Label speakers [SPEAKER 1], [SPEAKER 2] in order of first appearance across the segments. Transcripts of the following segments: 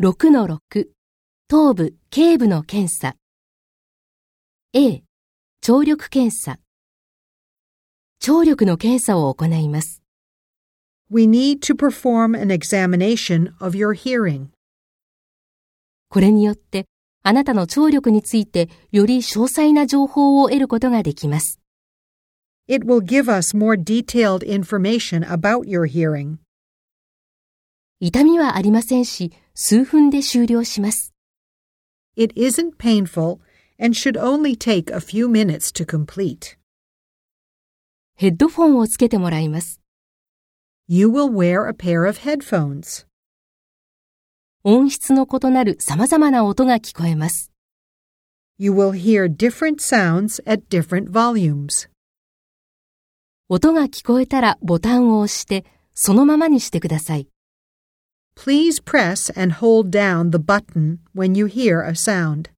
[SPEAKER 1] 6-6頭部、頸部の検査 A 聴力検査聴力の検査を行います。
[SPEAKER 2] We need to perform an examination of your hearing.
[SPEAKER 1] これによってあなたの聴力についてより詳細な情報を得ることができます。
[SPEAKER 2] It will give us more detailed information about your hearing.
[SPEAKER 1] 痛みはありませんし、数分で終了します。
[SPEAKER 2] It isn't painful and should only take a few minutes to complete.
[SPEAKER 1] ヘッドフォンをつけてもらいます。
[SPEAKER 2] You will wear a pair of headphones.
[SPEAKER 1] 音質の異なる様々な音が聞こえます。
[SPEAKER 2] You will hear different sounds at different volumes.
[SPEAKER 1] 音が聞こえたらボタンを押して、そのままにしてください。
[SPEAKER 2] Please press and hold down the button when you hear a sound.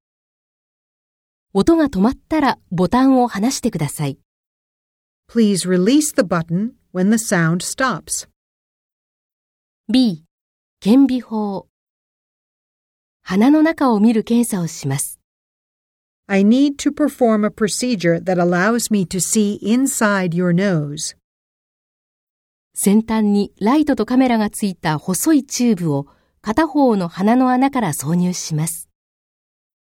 [SPEAKER 1] 音が止まったらボタンを離してください。
[SPEAKER 2] Please release the button when the sound stops.
[SPEAKER 1] B、顕微法。鼻の中を見る検査をします。
[SPEAKER 2] I need to perform a procedure that allows me to see inside your nose.
[SPEAKER 1] 先端にライトとカメラがついた細いチューブを片方の鼻の穴から挿入します。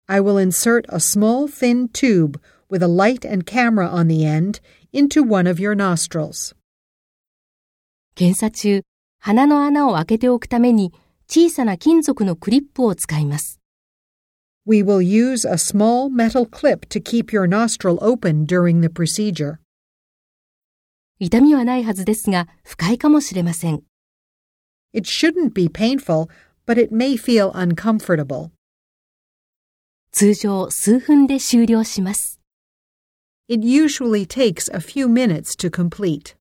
[SPEAKER 2] I will insert a small thin tube with a light and camera on the end into one of your nostrils.
[SPEAKER 1] 検査中、鼻の穴を開けておくために小さな金属のクリップを使います。
[SPEAKER 2] We will use a small metal clip to keep your nostril open during the procedure.
[SPEAKER 1] 痛みはないはずですが、不快かもしれません。
[SPEAKER 2] It shouldn't be painful, but it may feel uncomfortable.
[SPEAKER 1] 通常数分で終了します。
[SPEAKER 2] It usually takes a few minutes to complete.